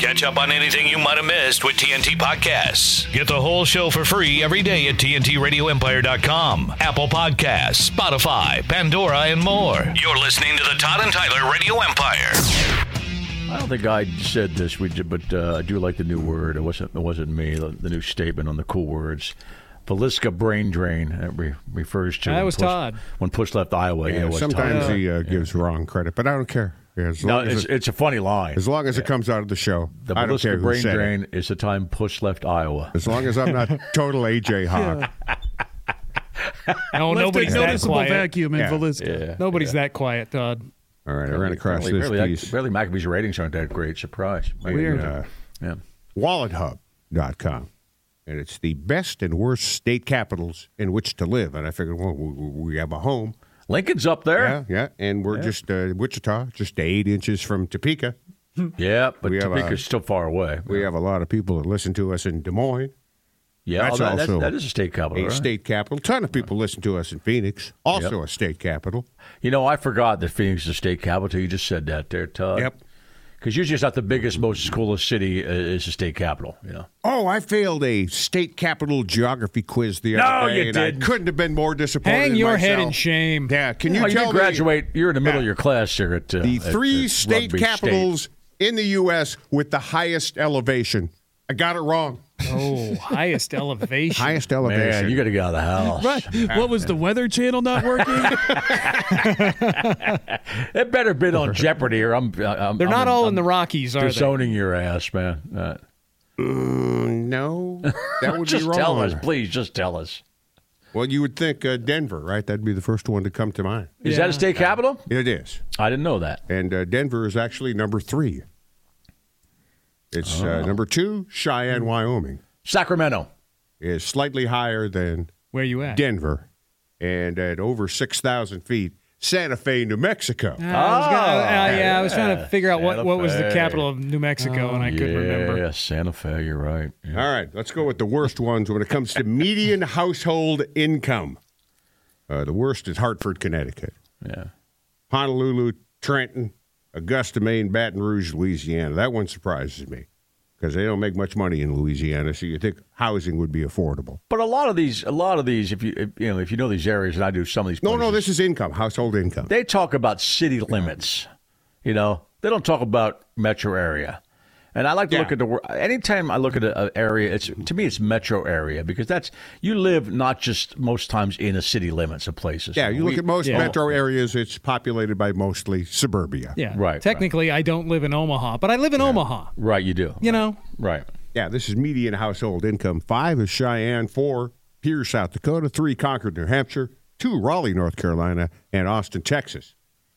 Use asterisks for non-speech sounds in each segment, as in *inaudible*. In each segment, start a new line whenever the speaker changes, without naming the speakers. Catch up on anything you might have missed with TNT Podcasts. Get the whole show for free every day at TNTRadioEmpire.com, Apple Podcasts, Spotify, Pandora, and more. You're listening to the Todd and Tyler Radio Empire.
I don't think I said this, we did, but uh, I do like the new word. It wasn't it wasn't me. The, the new statement on the cool words, Velisca brain drain. It re- refers to
That
when
was
push,
Todd.
when push left Iowa. Yeah,
Yeah,
it was
sometimes
Todd.
he uh, gives wrong credit, but I don't care. Yeah, as
no,
long as,
it's,
it,
it's a funny line.
as long as it comes out of the show,
The
I don't care
Velisca
who
brain
said it.
drain is the time push left Iowa.
As long as
*laughs*
I'm not total AJ Hawk.
No,
Left a
Oh, nobody's that
noticeable
quiet.
vacuum in
Yeah.
Velisca.
Nobody's that quiet, Todd.
All right, I ran across
Apparently-
this
apparently,
piece.
Apparently, Maccabee's ratings aren't that great. Surprise.
Weird.
Yeah. yeah.
WalletHub.com. And it's the best and worst state capitals in which to live. And I figured, well, we, we we have a home.
Lincoln's up there.
Yeah, yeah. And we're just uh, Wichita, just eight inches from Topeka.
Yeah, but
We have a-
Topeka's still far away.
We have a lot of people that listen to us in Des Moines,
yeah,
that's
although that-
also
that is a state capital.
a
right?
state capital. ton of people listen to us in Phoenix, also a state capital.
You know, I forgot that Phoenix is the state capital. till You just said that there, Todd.
Yep.
Because usually it's not the biggest, most coolest city uh, is the state capital. You know.
Oh, I failed a state capital geography quiz the
No,
other day.
you
and I
didn't.
couldn't have been more disappointed.
Hang
in
your head
myself.
in shame.
Yeah, can you
Oh, you
tell
didn't
me
graduate. You're in the middle
Yeah.
of your class here at uh,
the
at-
three
at
state
Rugby
capitals in the U.S. with the highest elevation? I got it wrong.
Oh, highest elevation.
Highest
Man,
elevation.
you got to get out of the house.
Right. What was the Weather Channel not working?
It better have been on Jeopardy, or I'm. uh, I'm
They're
I'm,
not all
I'm
in the Rockies, are they?
disowning your ass, man. Uh,
Mm,
*laughs*
no, that would
just
be wrong.
tell us, please. Just tell us.
Well, you would think uh, Denver, right? That'd be the first one to come to mind.
Is that a state capital?
It is,
I didn't know that.
and uh, Denver is actually number three. It's
Oh.
uh, number two. Cheyenne, Wyoming,
Sacramento.
is slightly higher than
Where you at?
Denver, and at over 6,000 feet, Santa Fe, New Mexico.
Ah, I was gonna- ah, yeah, I was trying to figure out what,
Santa
what was the
Fe.
capital of New Mexico, and I
yeah,
couldn't remember.
Santa Fe. You're right. Yeah.
All right, let's go with the worst ones when it comes
*laughs*
to median household income. Uh, the worst is Hartford, Connecticut,
yeah.
Honolulu, Trenton, Augusta, Maine, Baton Rouge, Louisiana. That one surprises me because they don't make much money in Louisiana, so you think housing would be affordable.
But a lot of these, a lot of these, if you if, you know, if you know these areas, and I do some of these.
No,
places,
no, this is income, household income.
they talk about city limits. You know, they don't talk about metro area. And I like to
Yeah.
look at the wor- anytime I look at an area. It's to me, it's metro area because that's you live not just most times in a city limits of places.
Yeah, you look
We-
at most
yeah.
metro areas, it's populated by mostly suburbia.
Yeah,
Right,
Technically, I don't live in Omaha, but I live in Omaha.
right. You do.
You know,
Right.
Yeah, this is median household income. Five is Cheyenne, four, Pierce, South Dakota, three, Concord, New Hampshire, two, Raleigh, North Carolina, and Austin, Texas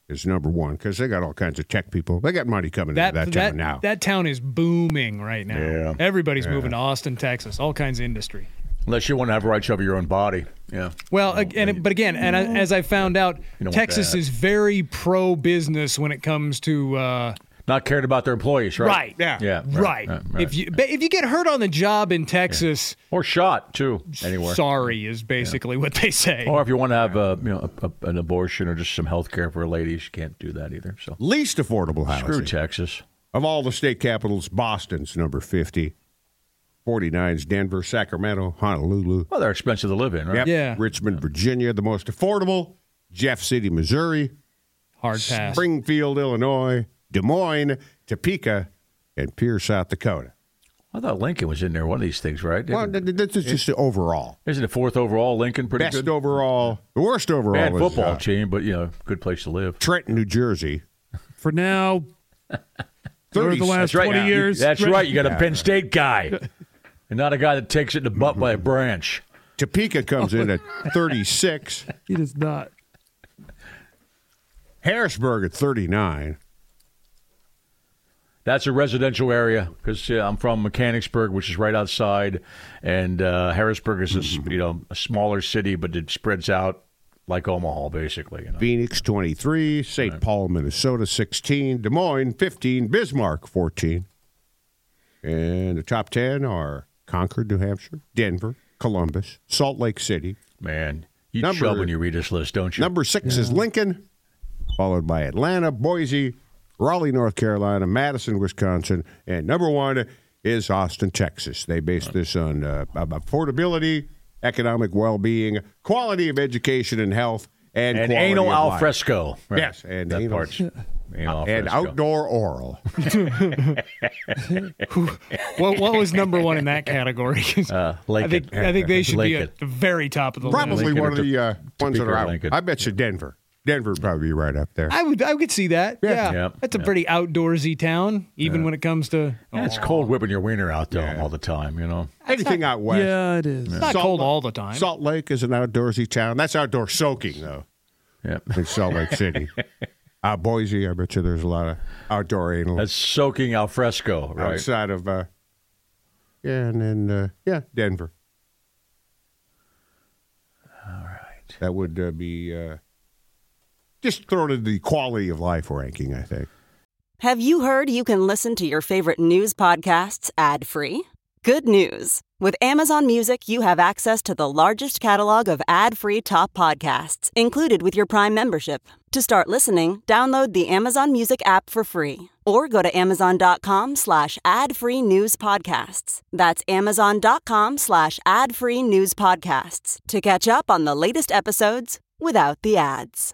is number one because they got all kinds of tech people. They got money coming
that
into that,
that
town now.
that town is booming right now.
Yeah.
Everybody's moving to Austin, Texas. All kinds of industry.
Unless you want to have rights over your own body. Yeah.
Well, ag- and it- but again, and I, as I found out,
don't want
Texas
that.
is very pro business when it comes to uh,
Not caring about their employees. Right.
right,
Yeah.
Yeah.
right. If you but if you get hurt on the job in Texas,
or shot too anywhere.
sorry is basically what they say.
Or if you want to have a, you know a, a- an abortion or just some health care for ladies, you can't do that either. So
Least affordable
screw
housing.
Texas.
Of all the state capitals, Boston's number 50, 49's Denver, Sacramento, Honolulu,
Well, they're expensive to live in, right?
yep,
Yeah.
Richmond, Virginia, the most affordable, Jeff City, Missouri,
Hard pass.
Springfield, Illinois, Des Moines, Topeka, and Pierce, South Dakota.
I thought Lincoln was in there. One of these things, right?
Well, th- th- this is just the overall.
Isn't the fourth overall Lincoln pretty
Best
good?
overall, the worst overall.
Bad
is,
football
uh,
team, but you know, good place to live.
Trenton, New Jersey. *laughs*
For now, over
30,
the last
That's right.
20
You-
years.
that's
Right-
right. You got a Penn State guy,
*laughs*
and not a guy that takes it in the butt
Mm-hmm.
by a branch.
Topeka comes in
*laughs*
at 36.
He does not.
Harrisburg at 39.
That's a residential area because I'm from Mechanicsburg, which is right outside, and uh, Harrisburg is a, s-
Mm-hmm.
you know a smaller city, but it spreads out like Omaha, basically. You know.
Phoenix 23, St. Paul, Minnesota 16, Des Moines 15, Bismarck 14. And the top 10 are Concord, New Hampshire, Denver, Columbus, Salt Lake City.
Man, you
Number-
chub when you read this list, don't you?
Number 6 is Lincoln, followed by Atlanta, Boise, Raleigh, North Carolina, Madison, Wisconsin, and number 1 is Austin, Texas. They base this on uh, affordability, economic well-being, quality of education and health, and,
and
quality
anal
of
al
life.
fresco. Right.
Yes, and
that
anal- *laughs*
part's anal al
and
fresco.
outdoor oral.
What, what was number one in that category? 'Cause
Uh,
*laughs* I
Lincoln.
think I think they should
Lincoln.
be at the very top of the
Probably
list.
Lincoln
one of
or
the uh, ones that
Topeka or
are out.
Lincoln.
I bet you Denver. Denver would probably be right up there.
I would I could see that. Yeah,
Yeah,
that's a
yeah.
pretty outdoorsy town, even when it comes to Oh.
Yeah, it's cold whipping your wiener out though all the time. You know.
Anything out west.
Yeah, it is.
it's not
Salt
cold
Lake-
all the time.
Salt Lake is an outdoorsy town. That's outdoor soaking, though,
Yep.
in Salt Lake *laughs* City. uh, Boise, I bet you there's a lot of outdoor anal
That's soaking al fresco, right?
outside of, uh, yeah, and then, uh, yeah, Denver. All right. That would uh, be uh, just thrown into the quality of life ranking, I think.
Have you heard you can listen to your favorite news podcasts ad free? Good news! With Amazon Music, you have access to the largest catalog of ad free top podcasts included with your Prime membership. To start listening, download the Amazon Music app for free or go to amazon.com slash ad free news podcasts. That's amazon.com slash ad free news podcasts to catch up on the latest episodes without the ads.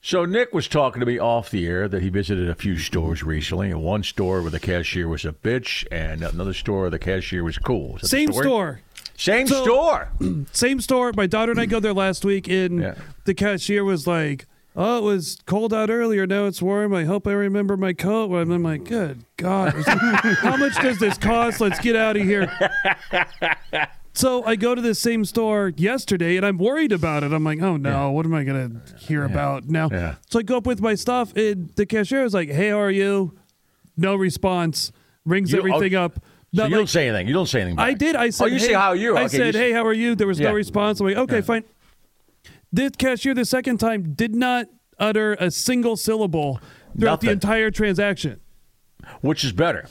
So Nick was talking to me off the air that he visited a few stores recently, and one store where the cashier was a bitch, and another store where the cashier was cool. Is that the
Same store.
Same
So-
store.
*clears throat* Same store. My daughter and I go there last week, and
Yeah.
the cashier was like, Oh, it was cold out earlier. Now it's warm. I hope I remember my coat. And I'm like, Good God. How much does this cost? Let's get out of here. So I go to the same store yesterday and I'm worried about it. I'm like, oh no, what am I going to hear about now?
Yeah.
So I go up with my stuff and the cashier is like, hey, how are you? No response. Rings
You- oh,
everything up.
So
Not
you
like-
don't say anything. You don't say anything.
I
back.
did. I said,
"Oh, you
hey,
say how are you?"
I
Okay,
said,
you-
hey, how are you? There was
Yeah.
no response. I'm like, okay, fine. The cashier the second time did not utter a single syllable throughout
Nothing.
the entire transaction.
Which is better?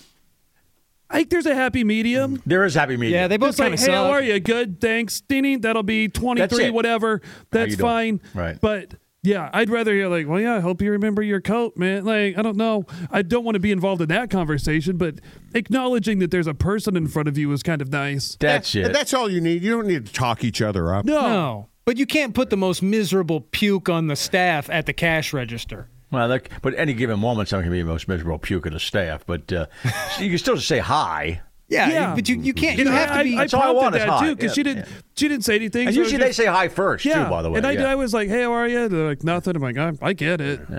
I think there's a happy medium.
There is happy medium.
yeah, they both
It's
kind
like,
of
hey, how are you? Good, thanks. Ding, ding. that'll be
That's
23,
it.
whatever. That's
you doing?
fine.
Right.
But yeah, I'd rather hear like, well, yeah, I hope you remember your coat, man. Like, I don't know. I don't want to be involved in that conversation, but acknowledging that there's a person in front of you is kind of nice.
That's
Yeah,
it.
That's all you need. You don't need to talk each other up.
No, but you can't put the most miserable puke on the staff at the cash register.
well, that, but any given moment, someone can be the most miserable puke of the staff. But *laughs* uh, so you can still say hi.
Yeah,
Yeah.
but you, you can't.
You
You
know,
have
I,
to be.
I,
That's all I
prompted
want is
that
hot.
too because
Yeah,
she didn't.
yeah.
She didn't say anything.
And
so it was
usually they
just-
say hi first,
yeah.
too. By the way,
and I,
yeah.
did- I was like, "Hey, how are you?" They're like, "Nothing." I'm like, "I, I get it."
but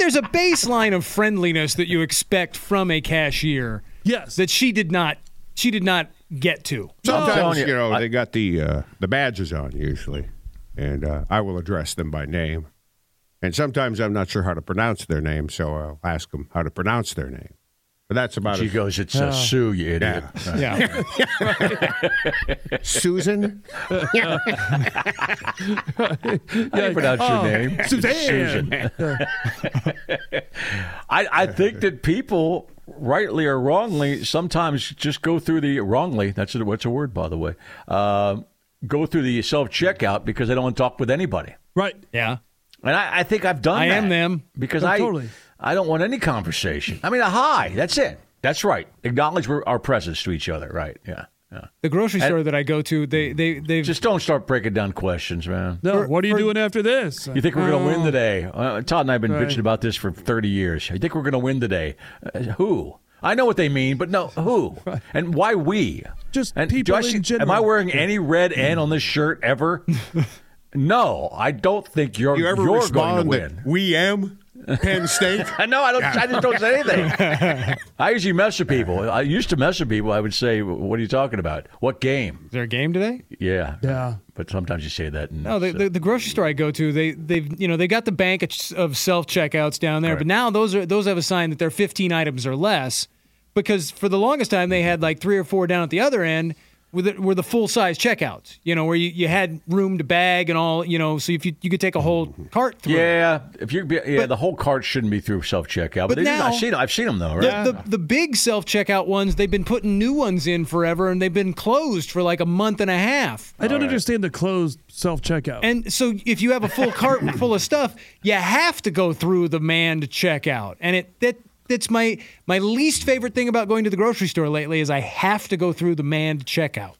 there's a baseline of friendliness that you expect from a cashier
Yes.
that she did not. She did not get to.
Sometimes
No.
you know
I-
they got the uh, the badges on usually, and uh, I will address them by name. And sometimes I'm not sure how to pronounce their name, so I'll ask them how to pronounce their name. But that's about
She uh,
it.
goes, it's a Sue, you idiot. *laughs*
Yeah.
*laughs* Susan?
I didn't pronounce your name. *laughs*
Suzanne.
I, I think that people, rightly or wrongly, sometimes just go through the wrongly. That's a, what's a word, by the way. Um go through the self checkout because they don't want to talk with anybody.
Right.
yeah.
And I, I think I've done.
I
that
am them.
because
Oh,
I
totally.
I don't want any conversation. I mean, a hi. That's it. That's right. Acknowledge we're, our presence to each other. Right. Yeah. Yeah.
The grocery store that I go to, they they they've
Just don't start breaking down questions, man.
No, what are you doing after this?
You think we're going to win today? Uh, Todd and I have been bitching about this for 30 years. You think we're going to win today? Uh, who? I know what they mean, but no,
*laughs*
who? And why we?
Just
and
people
do I
in
see- Am
general.
I wearing any red N on this shirt
*laughs*
ever? no, I don't think you're,
You
you are
ever
going to
respond
win.
that we am Penn
*laughs*
State?
I know. I don't. I just don't say anything. I usually mess with people. I used to mess with people. I would say, "What are you talking about? What game?"
is there a game today?
Yeah.
Yeah.
But sometimes you say that. And
No, Oh, the, the, the grocery store I go to, they they've you know they got the bank of- of self checkouts down there, but now those are those have a sign that they're 15 items or less, because for the longest time they had like three or four down at the other end, with it were the full size checkouts, you know, where you, you had room to bag and all, you know, so if you you could take a whole cart through.
Yeah, if you yeah, the whole cart shouldn't be through self checkout. But,
But
they do-
now-
I've seen I've seen them though, right?
The, the, the big self checkout ones, they've been putting new ones in forever and they've been closed for like a month and a half.
I don't understand the closed self checkout.
And so if you have a
*laughs*
full cart full of stuff, you have to go through the man to check out. And it that that's my my least favorite thing about going to the grocery store lately is I have to go through the man to check out.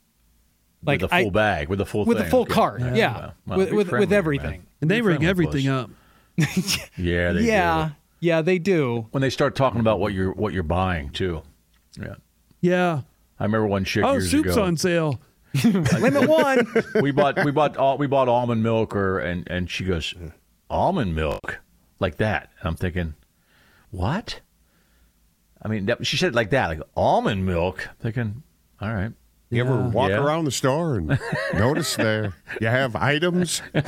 Like
with a
I-
full bag, with a full
with
thing.
a full
Okay.
cart. Yeah.
Wow. Wow,
with
be
with,
friendly,
with
man.
everything.
And they
Be
ring
friendly,
everything
plus.
up.
Yeah, they
Yeah.
do.
Yeah,
*laughs*
they do.
When they start talking about what you're what you're buying too. Yeah,
Yeah.
I remember one chick
Oh,
years
soup's
ago.
on sale.
Limit one.
we bought we bought al- we bought almond milk or and and she goes almond milk like that and i'm thinking what i mean that, she said it like that like almond milk thinking all right
You ever walk
Yeah.
around the store and notice there you have items?
and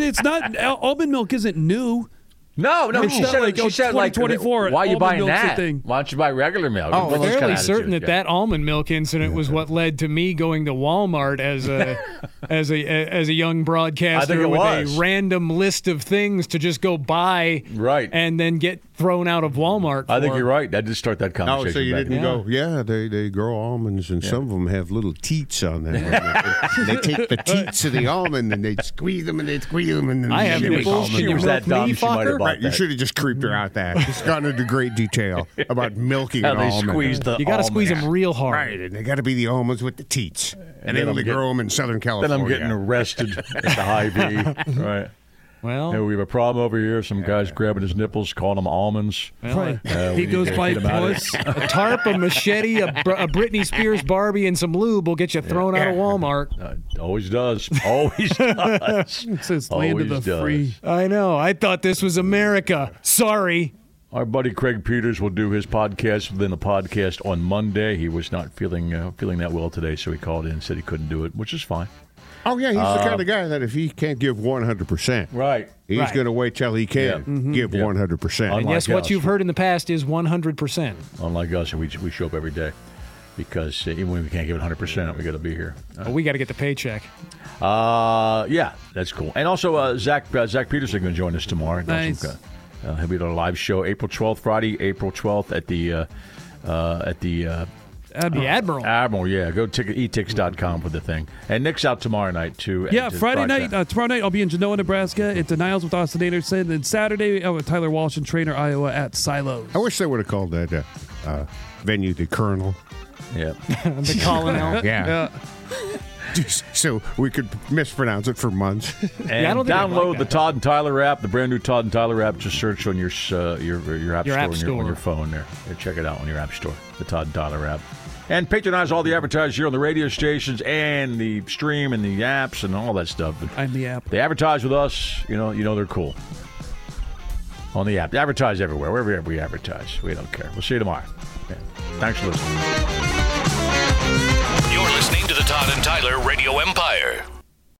it's not, al- almond milk isn't new.
no no she
not
said
like,
like,
oh,
she said like
2024,
why are you
almond
buying
milk's a
that
thing.
why don't you buy regular milk
Oh,
Well, those
fairly
kind
fairly
of
certain that
attitudes, yeah.
that almond milk incident was what led to me going to Walmart
*laughs*
as a as a as a young broadcaster
it
with
was.
a random list of things to just go buy
Right.
and then get thrown out of Walmart.
i think
for.
you're right i did start that
Oh,
conversation
so you
back
didn't
then.
go, yeah, they, they grow almonds and some of them have little teats
*laughs*
on them. they take the teats of the almond and they squeeze them and they squeeze them and then
I have
they make
nipples.
almond
She
Can you
was
milk.
that
milk
dumb.
me,
She might have
fucker?
bought
Right, you
that.
should have just creeped her out that. Just gone into
*laughs*
great detail about milking
How
an
they
almond.
squeezed the
You got to
almond
squeeze them
out.
real hard.
Right, and they got to be the almonds with the teats, and, they
then I'm
only
getting-
grow them in Southern
then
California.
i'm getting arrested at the high v right Hey,
Well,
we have a problem over here. Some guy's grabbing his nipples, calling them almonds.
Right.
uh,
Uh, we
he
need
goes
to
by
get him out of
puss.
a tarp, a machete, a, Br- a Britney Spears Barbie, and some lube will get you thrown out of Walmart.
Uh, always does. Always
*laughs*
does.
Says land of the
Always does.
free.
I know. I thought this was America. Sorry.
Our buddy Craig Peters will do his podcast within a podcast on Monday. He was not feeling uh, feeling that well today, so he called in and said he couldn't do it, which is fine.
Oh yeah, he's the kind of guy that if he can't give one hundred percent,
Uh, Right.
he's
Right.
going to wait till he can
Yeah.
give one hundred
Unlike
percent.
And yes,
us.
what you've heard in the past is 100%.
Unlike us, we we show up every day because uh, even when we can't give it 100, percent we got to be here.
But we got to get the paycheck.
Uh, yeah, that's cool. And also, uh, Zach uh, Zach Peterson going to join us tomorrow.
Nice.
Uh, he'll be at our live show April 12th, Friday, April 12th at the uh, uh, at the uh,
The Admiral.
Admiral. Yeah, go ticket etix.com for the thing. And Nick's out tomorrow night too.
Yeah,
at the
Friday
broadcast.
night, uh, tomorrow night, I'll be in Genoa, Nebraska at Denials with Austin Anderson. And Saturday, uh, with Tyler Walsh and Trainer, Iowa at Silos.
I wish they would have called that uh, uh, venue the Colonel.
yeah,
the Colin L.
*laughs*
Yeah. Just *laughs* so we could mispronounce it for months.
and
I don't think I'd
download
like
the
that.
Todd and Tyler app, the brand new Todd and Tyler app. Just search on your uh, your your app
Your
store,
app
on, Your, on
store.
your phone there. Yeah, Check it out on your app store, the Todd and Tyler app. And patronize all the advertisers here on the radio stations and the stream and the apps and all that stuff. But
I'm the app.
They advertise with us, you know, you know they're cool. On the app. They advertise everywhere, wherever we advertise. We don't care. We'll see you tomorrow. Okay. Thanks for listening.
You're listening to the Todd and Tyler Radio Empire.